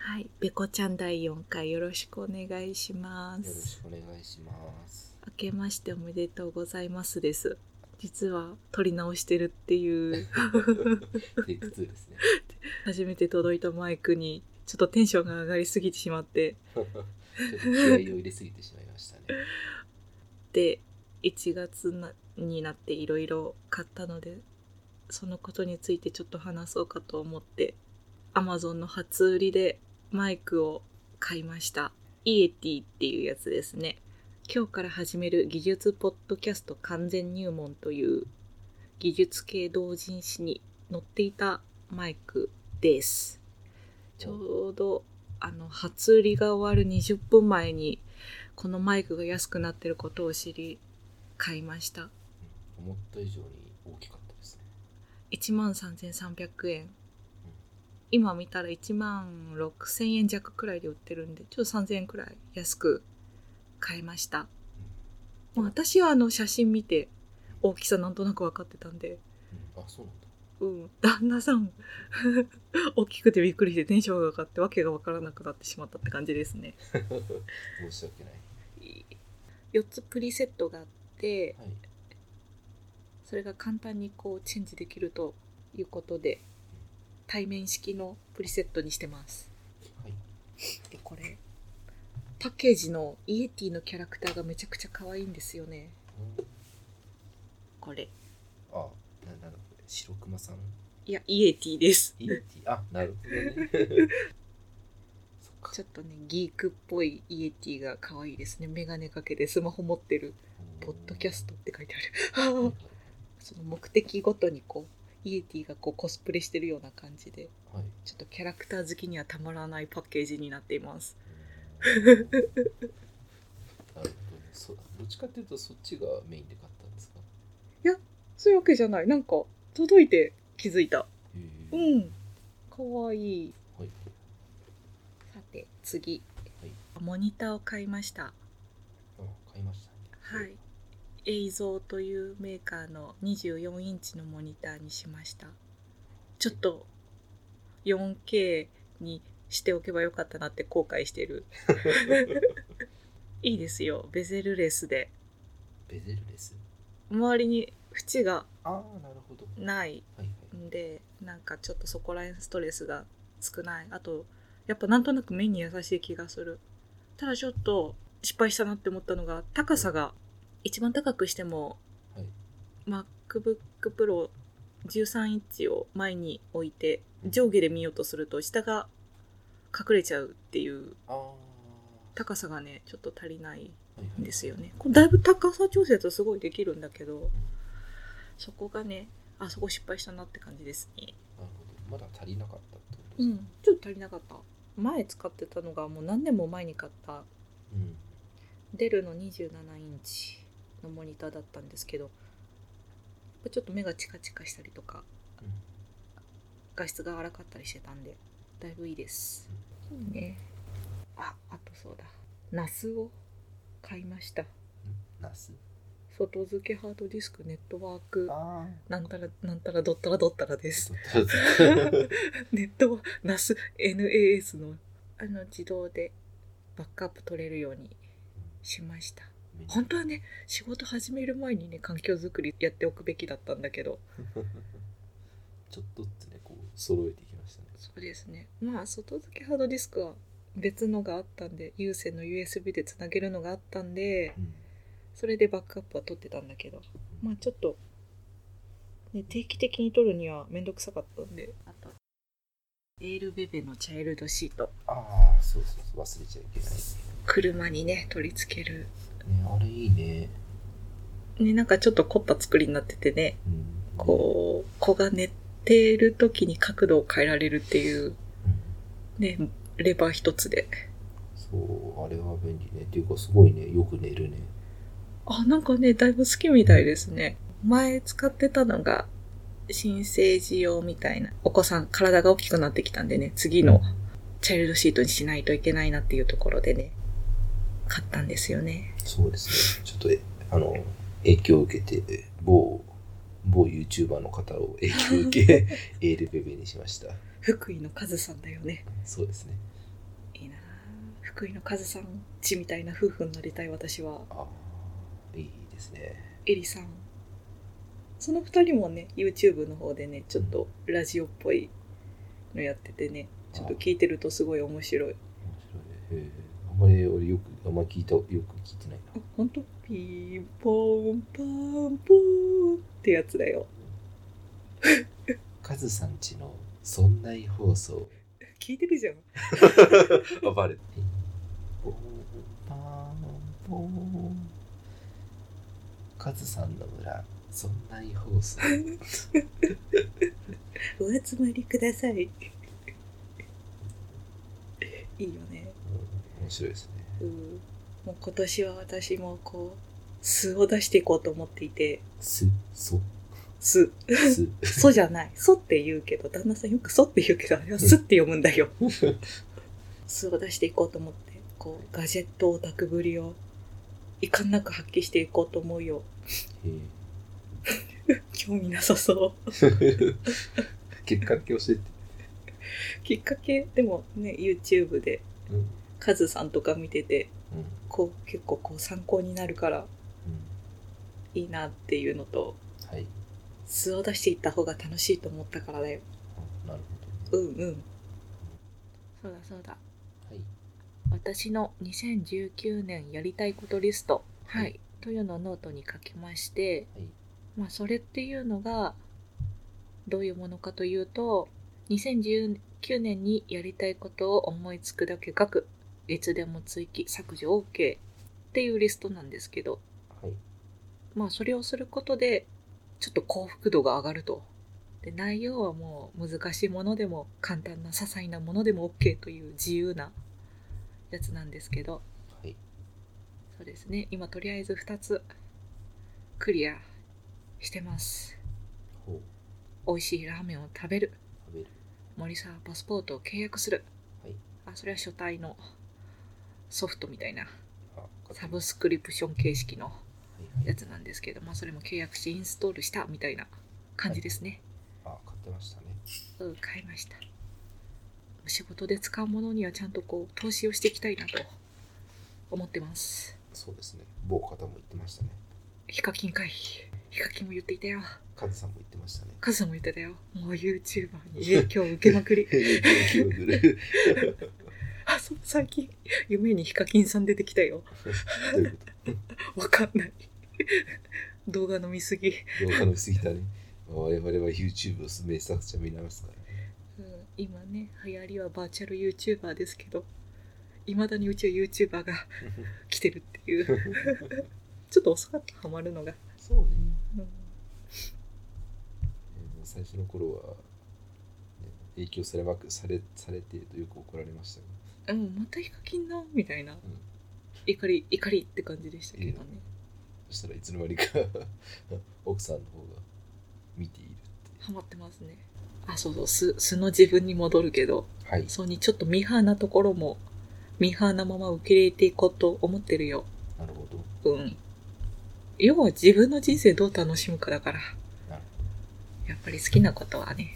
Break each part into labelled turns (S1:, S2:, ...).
S1: はい、べこちゃん第4回よろしくお願いしま
S2: よろ
S1: す。
S2: しくお願いします。
S1: 明けましておめでとうございますです。実は撮り直してるっていう
S2: テイク2ですね。
S1: 初めて届いたマイクにちょっとテンションが上がりすぎてしまって
S2: ちょっと気合を入れすぎてしまいましたね。
S1: で1月なになっていろいろ買ったのでそのことについてちょっと話そうかと思って Amazon の初売りでマイクを買いましたイエティっていうやつですね今日から始める技術ポッドキャスト完全入門という技術系同人誌に載っていたマイクですちょうどあの初売りが終わる20分前にこのマイクが安くなってることを知り買いました
S2: 思った以上に大きかったですね。
S1: 1万3300円今見たら1万6000円弱くらいで売ってるんでちょっと3000円くらい安く買いましたまあ私はあの写真見て大きさなんとなく分かってたんで
S2: うん、あ、そうなんだ。
S1: うん旦那さん 大きくてびっくりしてテンションが上がってわけが分からなくなってしまったって感じですね
S2: 申し訳ない。
S1: 4つプリセットがあって
S2: はい。
S1: それが簡単にこうチェンジできるということで対面式のプリセットにしてます
S2: はい。
S1: でこれパッケージのイエティのキャラクターがめちゃくちゃ可愛いんですよね
S2: うん
S1: これ
S2: あ、ななんだこれ。白熊さん。
S1: いやイエティです
S2: イエティ。あ、なるほど ね。そっか。
S1: ちょっとねギークっぽいイエティが可愛いですねメガネかけてスマホ持ってる「ポッドキャスト」って書いてあ
S2: うん。 は
S1: る
S2: い
S1: その目的ごとにこうイエティがこうコスプレしてるような感じで
S2: はい。
S1: ちょっとキャラクター好きにはたまらないパッケージになっています
S2: うんなるほどね。そどっちかっていうとそっちがメインで買ったんですか。
S1: そういうわけじゃないなんか届いて気づいた
S2: へ
S1: う
S2: ー
S1: んかわいい
S2: はい。
S1: さて次、
S2: はい
S1: モニターを買いました
S2: あ、買いました、ね。
S1: はい映像というメーカーの24インチのモニターにしましたちょっと 4K にしておけばよかったなって後悔して るいいですよベゼルレスで
S2: ベゼルレス。
S1: 周りに縁が
S2: ああ、なるほど。はい
S1: ない
S2: はい。
S1: んでなんかちょっとそこら辺ストレスが少ないあとやっぱなんとなく目に優しい気がするただちょっと失敗したなって思ったのが高さが一番高くしても
S2: はい。
S1: MacBookPro13 インチを前に置いて上下で見ようとすると下が隠れちゃうっていう
S2: ああ。は
S1: 高さがねちょっと足りない
S2: いはい
S1: んですよねこれだいぶ高さ調節すごいできるんだけどそこがねあそこ失敗したなって感じですね
S2: なるほど。まだ足りなかったってこと
S1: う
S2: です
S1: ん
S2: ね。、
S1: ちょっと足りなかった前使ってたのがもう何年も前に買った
S2: うん。
S1: デルの27インチのモニターだったんですけどやっぱちょっと目がチカチカしたりとか
S2: うん
S1: 画質が荒かったりしてたんでだいぶいいです
S2: うん
S1: ねああとそうだナスを買いました
S2: ナス。
S1: 外付けハードディスクネットワーク
S2: ああ。
S1: なんたらなんたらどったらどったらです
S2: ちょっと
S1: ネットは NAS、NAS のあの自動でバックアップ取れるようにしました本当はね仕事始める前にね環境づくりやっておくべきだったんだけど
S2: ちょっとずつね、こう揃えていきましたね。
S1: そうですねまあ外付けハードディスクは別のがあったんで有線の USB でつなげるのがあったんで
S2: うん。
S1: それでバックアップは取ってたんだけどまあちょっと、ね、定期的に取るには面倒くさかったんであとエールベベのチャイルドシート
S2: ああ、そうそうそう、忘れちゃいけない。
S1: 車にね取り付ける
S2: ね、あれいいね。
S1: ね、なんかちょっと凝った作りになっててね、
S2: うん。
S1: こう、子が寝てる時に角度を変えられるっていう、
S2: うん。
S1: ね、レバー一つで。
S2: そう、あれは便利ね。っていうか、すごいね、よく寝るね。
S1: あ、なんかね、だいぶ好きみたいですね。前使ってたのが、新生児用みたいな。お子さん、体が大きくなってきたんでね、次のチャイルドシートにしないといけないなっていうところでね、買ったんですよね。
S2: そうですね。ちょっと、えあの、影響を受けて、某、某 YouTuber の方を影 響を受け、エールベベにしました。
S1: 福井のカズさんだよね。
S2: そうですね。
S1: 福井のカズさんちみたいな夫婦になりたい私は
S2: ああいいですね
S1: エリさんその2人もね YouTube の方でねちょっとラジオっぽいのやっててねちょっと聞いてるとすごい面白い
S2: 面白いへえあんまり俺よくあんまり聞いたよく聞いてない
S1: あ本当ピーポンパンポーンってやつだよ
S2: なカズさんちのそんない放送
S1: 聞いてるじゃん
S2: あバレてポンパンポンカズさんの村そんない放 送
S1: お集まりください いいよね
S2: うん面白いですね
S1: うんもう今年は私もこう素を出していこうと思っていて
S2: すそ
S1: 素
S2: す
S1: 素じゃない素って言うけど旦那さんよく素って言うけどあれは素って読むんだ よ素を出していこうと思ってこうガジェットオタクぶりをいかんなく発揮していこうと思うよ
S2: へえ
S1: 興味なさそう
S2: 結果だけ教えて、
S1: きっかけでもね YouTube で
S2: うんうん
S1: カズさんとか見ててこう結構こう参考になるから
S2: う
S1: いいなっていうのと
S2: ん、はい
S1: 素を出していった方が楽しいと思ったからだよ
S2: あなるほ
S1: う
S2: ど、
S1: んうんそうだそうだ
S2: はい
S1: 私の2019年やりたいことリスト、
S2: はい
S1: はい、というのをノートに書きまして、
S2: はい
S1: まあ、それっていうのがどういうものかというと2019年にやりたいことを思いつくだけ書くいつでも追記削除 OK っていうリストなんですけど
S2: はい
S1: まあそれをすることでちょっと幸福度が上がると。で内容はもう難しいものでも簡単な些細なものでも OK という自由なやつなんですけど
S2: はい
S1: そうですね今とりあえず2つクリアしてます
S2: ほう
S1: 美味しいラーメンを食べる
S2: 食べる
S1: 森沢パスポートを契約する、
S2: はい
S1: あそれは書体のソフトみたいな
S2: あ買って
S1: サ
S2: み
S1: ブ
S2: ます
S1: スクリプション形式の
S2: はいは
S1: や
S2: い
S1: つなんですけど、まあ、それも契約してインストールしたみたいな感じですね、
S2: あ買ってましたね
S1: うん、買いました仕事で使うものにはちゃんとこう投資をしていきたいなと思ってます
S2: そうですね某方も言ってましたね
S1: ヒカキンかいヒカキンも言っていたよ
S2: カズさんも言ってました ね
S1: カズさんも言ってたよもう YouTuber に影響を受けま くり
S2: 気を振る
S1: あそう最近夢にヒカキンさん出てきたよ
S2: どういうこ
S1: わかんない 動画の見すぎ、
S2: と動画の過ぎたね我々は YouTube を名作者見られますからね
S1: うん、今ね流行りはバーチャル YouTuber ですけどいまだにうちは YouTuber が来てるっていうちょっと遅かったハマるのが、
S2: そうね、
S1: うん
S2: えー最初の頃は、ね影響されまくされされているとよく怒られましたが
S1: うん、またヒカキンなみたいな、怒り怒りって感じでしたけどね、
S2: そしたらいつの間にか 奥さんの方が見ているって
S1: ハマってますねあそうそう素素の自分に戻るけど
S2: はい
S1: そうにちょっとミーハーなところもミーハーなまま受け入れていこうと思ってるよ
S2: なるほど
S1: うん要は自分の人生どう楽しむかだから
S2: なる
S1: やっぱり好きなことはね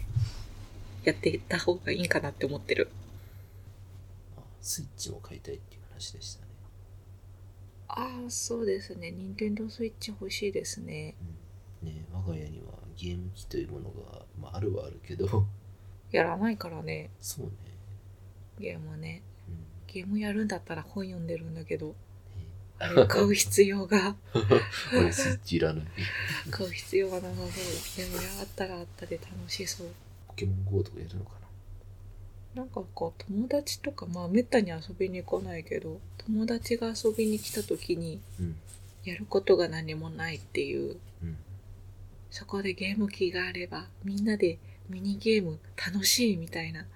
S1: やっていった方がいいかなって思ってる
S2: ほどあスイッチを買いたいっていう話でしたね、
S1: ああそうですね任天堂スイッチ欲しいですね
S2: うん、ね我が家にはゲーム機というものが、まあ、あるはあるけど
S1: やらないからね
S2: そうね、
S1: ゲームはね
S2: うんね
S1: ゲームやるんだったら本読んでるんだけどあれ買う必要 が
S2: 俺スイッチいらない
S1: 買う必要がなさそうでもやったらあったで楽しそう
S2: ポケモン GO とかやるのか
S1: な
S2: な
S1: んかこう友達とかまあめったに遊びに来ないけど友達が遊びに来た時に
S2: うん
S1: やることが何もないっていう
S2: うん
S1: そこでゲーム機があればみんなでミニゲーム楽しいみたいな
S2: な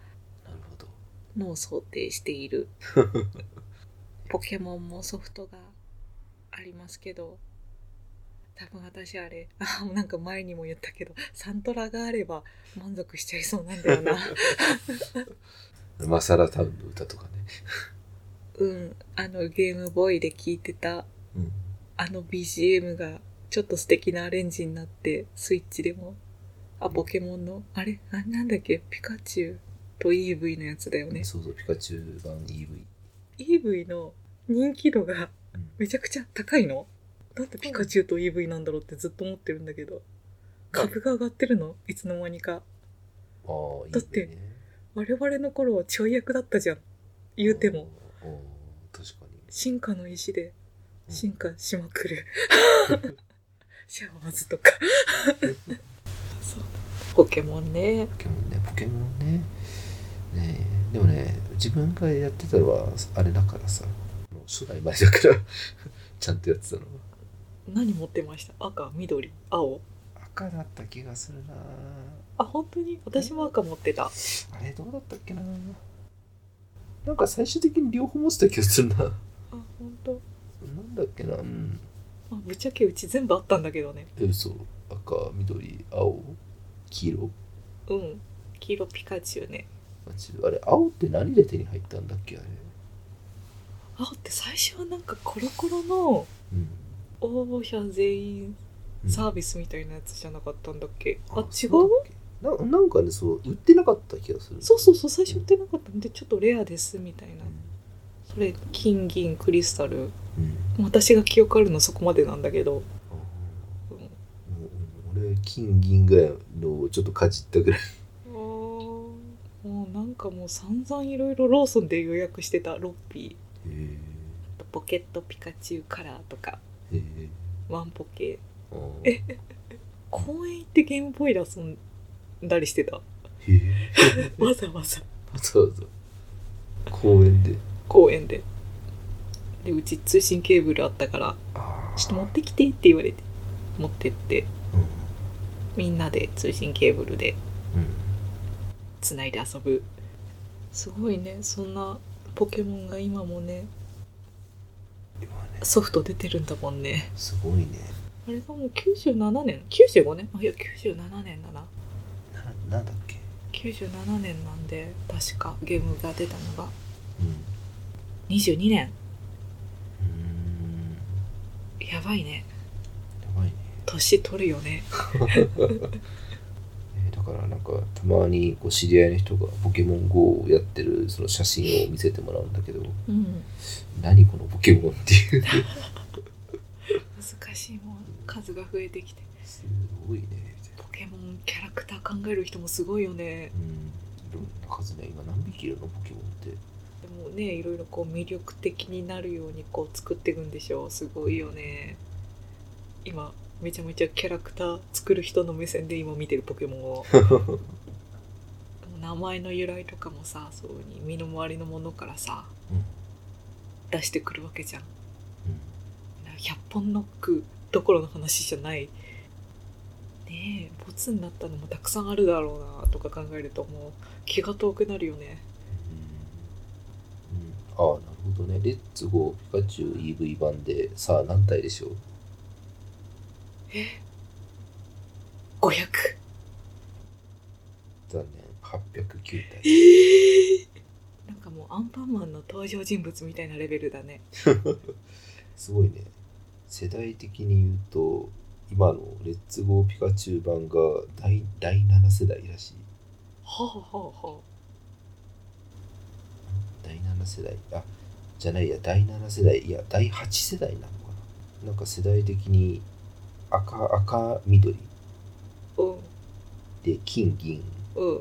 S2: るほど
S1: のを想定しているポケモンもソフトがありますけど多分私あれあなんか前にも言ったけどサントラがあれば満足しちゃいそうなんだよな
S2: マサラタウンの歌とかね
S1: うんあのゲームボーイで聴いてた
S2: うん
S1: あの BGM がちょっと素敵なアレンジになってスイッチでもあポケモンのあれななんだっけピカチュウと EV のやつだよね
S2: そうそうピカチュウ版 EV
S1: EV の人気度が
S2: うん
S1: めちゃくちゃ高いのなんでピカチュウと EV なんだろうってずっと思ってるんだけど株が上がってるのいつの間にか
S2: ああ、いいね。
S1: だって我々の頃はちょい役だったじゃん言うても
S2: おー。おー確かに。
S1: 進化の石で
S2: うん
S1: 進化しま くるシャワーズとかそうポケモンね
S2: ポケモンね、ポケモンね。ねえでもね、自分がやってたのは、あれだからさ、もう初代前だから、 ちゃんとやってたのは。
S1: 何持ってました赤緑青
S2: 赤だった気がするな
S1: あ本当に私も赤持ってた
S2: あれ、どうだったっけななんか最終的に両方持ってた気がするな。
S1: あ本当。
S2: なんだっけなうん。
S1: まあ、ぶっちゃけうち全部あったんだけどね
S2: え、嘘。赤、緑、青、黄色。
S1: うん黄色ピカチュウね
S2: あちあれ、青って何で手に入ったんだっけあれ。
S1: 青って最初はなんかコロコロの
S2: うん。
S1: 応募者全員
S2: うん
S1: サービスみたいなやつじゃなかったんだっけ、あ違う
S2: そうだっけななんかねそう売ってなかった気がする
S1: そうそうそう最初売ってなかったんでちょっとレアですみたいなそれ金銀クリスタル
S2: うん、うん
S1: 私が記憶あるのそこまでなんだけど、
S2: あ
S1: うん
S2: ーもううん俺金銀ぐらいのをちょっとかじったぐらい
S1: もうなんかもう散々いろいろローソンで予約してたロッピ
S2: へえ
S1: ーポケットピカチュウカラーとか
S2: へえ
S1: ワンポケ
S2: あー
S1: え公園行ってゲームボーイで遊んだりして た
S2: へえ
S1: わざわざ
S2: そうそう公園で
S1: 公園ででうち通信ケーブルあったから
S2: あ
S1: 「ちょっと持ってきて」って言われて持ってって
S2: うん
S1: みんなで通信ケーブルで
S2: うん
S1: つないで遊ぶすごいねそんなポケモンが今もね
S2: 今ね
S1: ソフト出てるんだもんね
S2: すごいね
S1: あれがもう97年95年あいや97年だな
S2: ななんだっけ
S1: 97年なんで確かゲームが出たのが
S2: うんう
S1: 22年
S2: ーん
S1: やばいね
S2: やばいね
S1: 年取るよね
S2: えーだからなんかたまにこう知り合いの人が「ポケモン GO」をやってるその写真を見せてもらうんだけど
S1: うん
S2: 「何このポケモン」っていう
S1: 難しいもん数が増えてきて
S2: すごいねみたいな
S1: ポケモンキャラクター考える人もすごいよね
S2: うんいろんな数ね今何匹いるのポケモンって
S1: でもねいろいろこう魅力的になるようにこう作っていくんでしょうすごいよね今めちゃめちゃキャラクター作る人の目線で今見てるポケモン をでも名前の由来とかもさそういうふうに身の回りのものからさ
S2: うん
S1: 出してくるわけじゃん
S2: うん
S1: 100本ノックどころの話じゃないねえボツになったのもたくさんあるだろうなとか考えるともう気が遠くなるよね
S2: うんああなるほどね「レッツゴーピカチュウ EV 版」でさあ何体でしょう
S1: え500
S2: 残念809体
S1: え なんかもうアンパンマンの登場人物みたいなレベルだね
S2: すごいね世代的に言うと今の「レッツゴーピカチュウ版」が第第7世代らしい
S1: はあはあは
S2: 第7世代あじゃないや第7世代いや第8世代なのかななんか世代的に赤赤緑
S1: あうん
S2: で金銀
S1: うん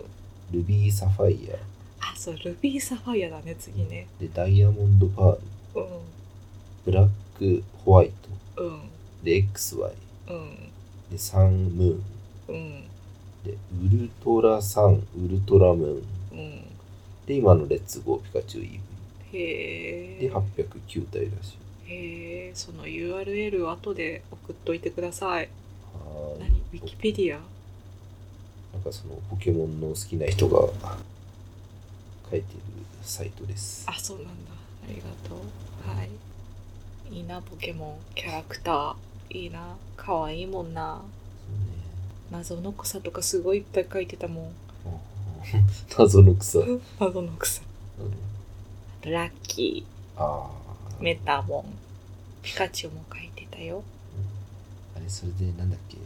S2: ルビーサファイア
S1: あそうルビーサファイアだね次ね
S2: でダイヤモンドパール
S1: うん
S2: ブラックホワイト
S1: うん
S2: で XY
S1: うん
S2: でサンムーン
S1: うん
S2: でウルトラサンウルトラムーン
S1: うん
S2: で今のレッツゴーピカチュウ EV
S1: へえ
S2: で809体らしい
S1: へえその URL を後で送っといてください
S2: はーい
S1: 何ウィキペディア
S2: なんかそのポケモンの好きな人が書いてるサイトです
S1: あそうなんだありがとうはいいいなポケモンキャラクターいいな可愛いもんな謎の草とかすごいいっぱい書いてたもん
S2: そうねあー 謎の草うん
S1: 謎の草あとラッキ
S2: あ
S1: ー
S2: あ
S1: メタモンピカチュウも書いてたよ
S2: あれそれでなんだっけ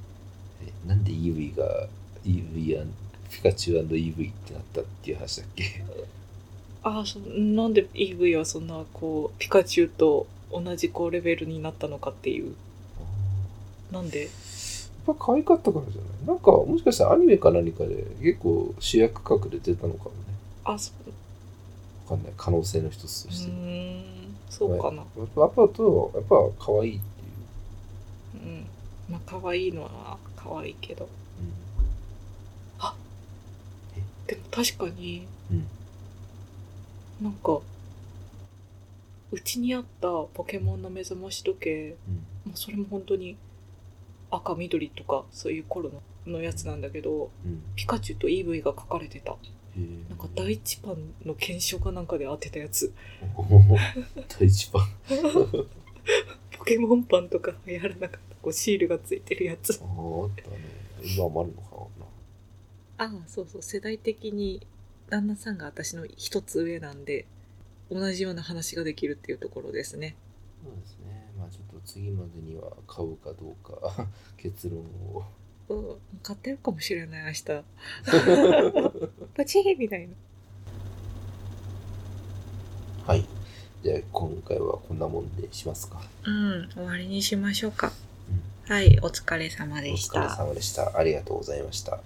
S2: えなんで EV が EV& ピカチュウ &EV ってなったっていう話だっけ
S1: ああそうなんで EV はそんなこうピカチュウと同じこうレベルになったのかっていうなんで
S2: やっぱ可愛かったからじゃないなんかもしかしたらアニメか何かで結構主役格で出たのかもね
S1: あそう
S2: わかんない可能性の一つ
S1: う
S2: として、や
S1: ーんそうかな、
S2: っぱアパートやっぱ可愛いっていう、
S1: うんまあ可愛いのは可愛いけどでも確かに
S2: うん
S1: なんかうちにあったポケモンの目覚まし時計
S2: うん
S1: もうそれも本当に赤緑とかそういう頃ののやつなんだけど
S2: うん
S1: ピカチュウと EV が書かれてた
S2: へー
S1: なんか第一版の検証かなんかで当てたやつ
S2: おー 第一番
S1: ポケモンパンとか流行らなかったこうシールがついてるやつ
S2: あーあったね今もあるのかな
S1: ああそうそう世代的に旦那さんが私の一つ上なんで同じような話ができるっていうところですね
S2: そうですねまあちょっと次までには買うかどうか 結論を
S1: うん買ってるかもしれない明 日パチーみたいな
S2: はいじゃあ今回はこんなもんでしますか、
S1: うん終わりにしましょうか
S2: うん
S1: はいお疲れ様
S2: お疲れ様でしたありがとうございました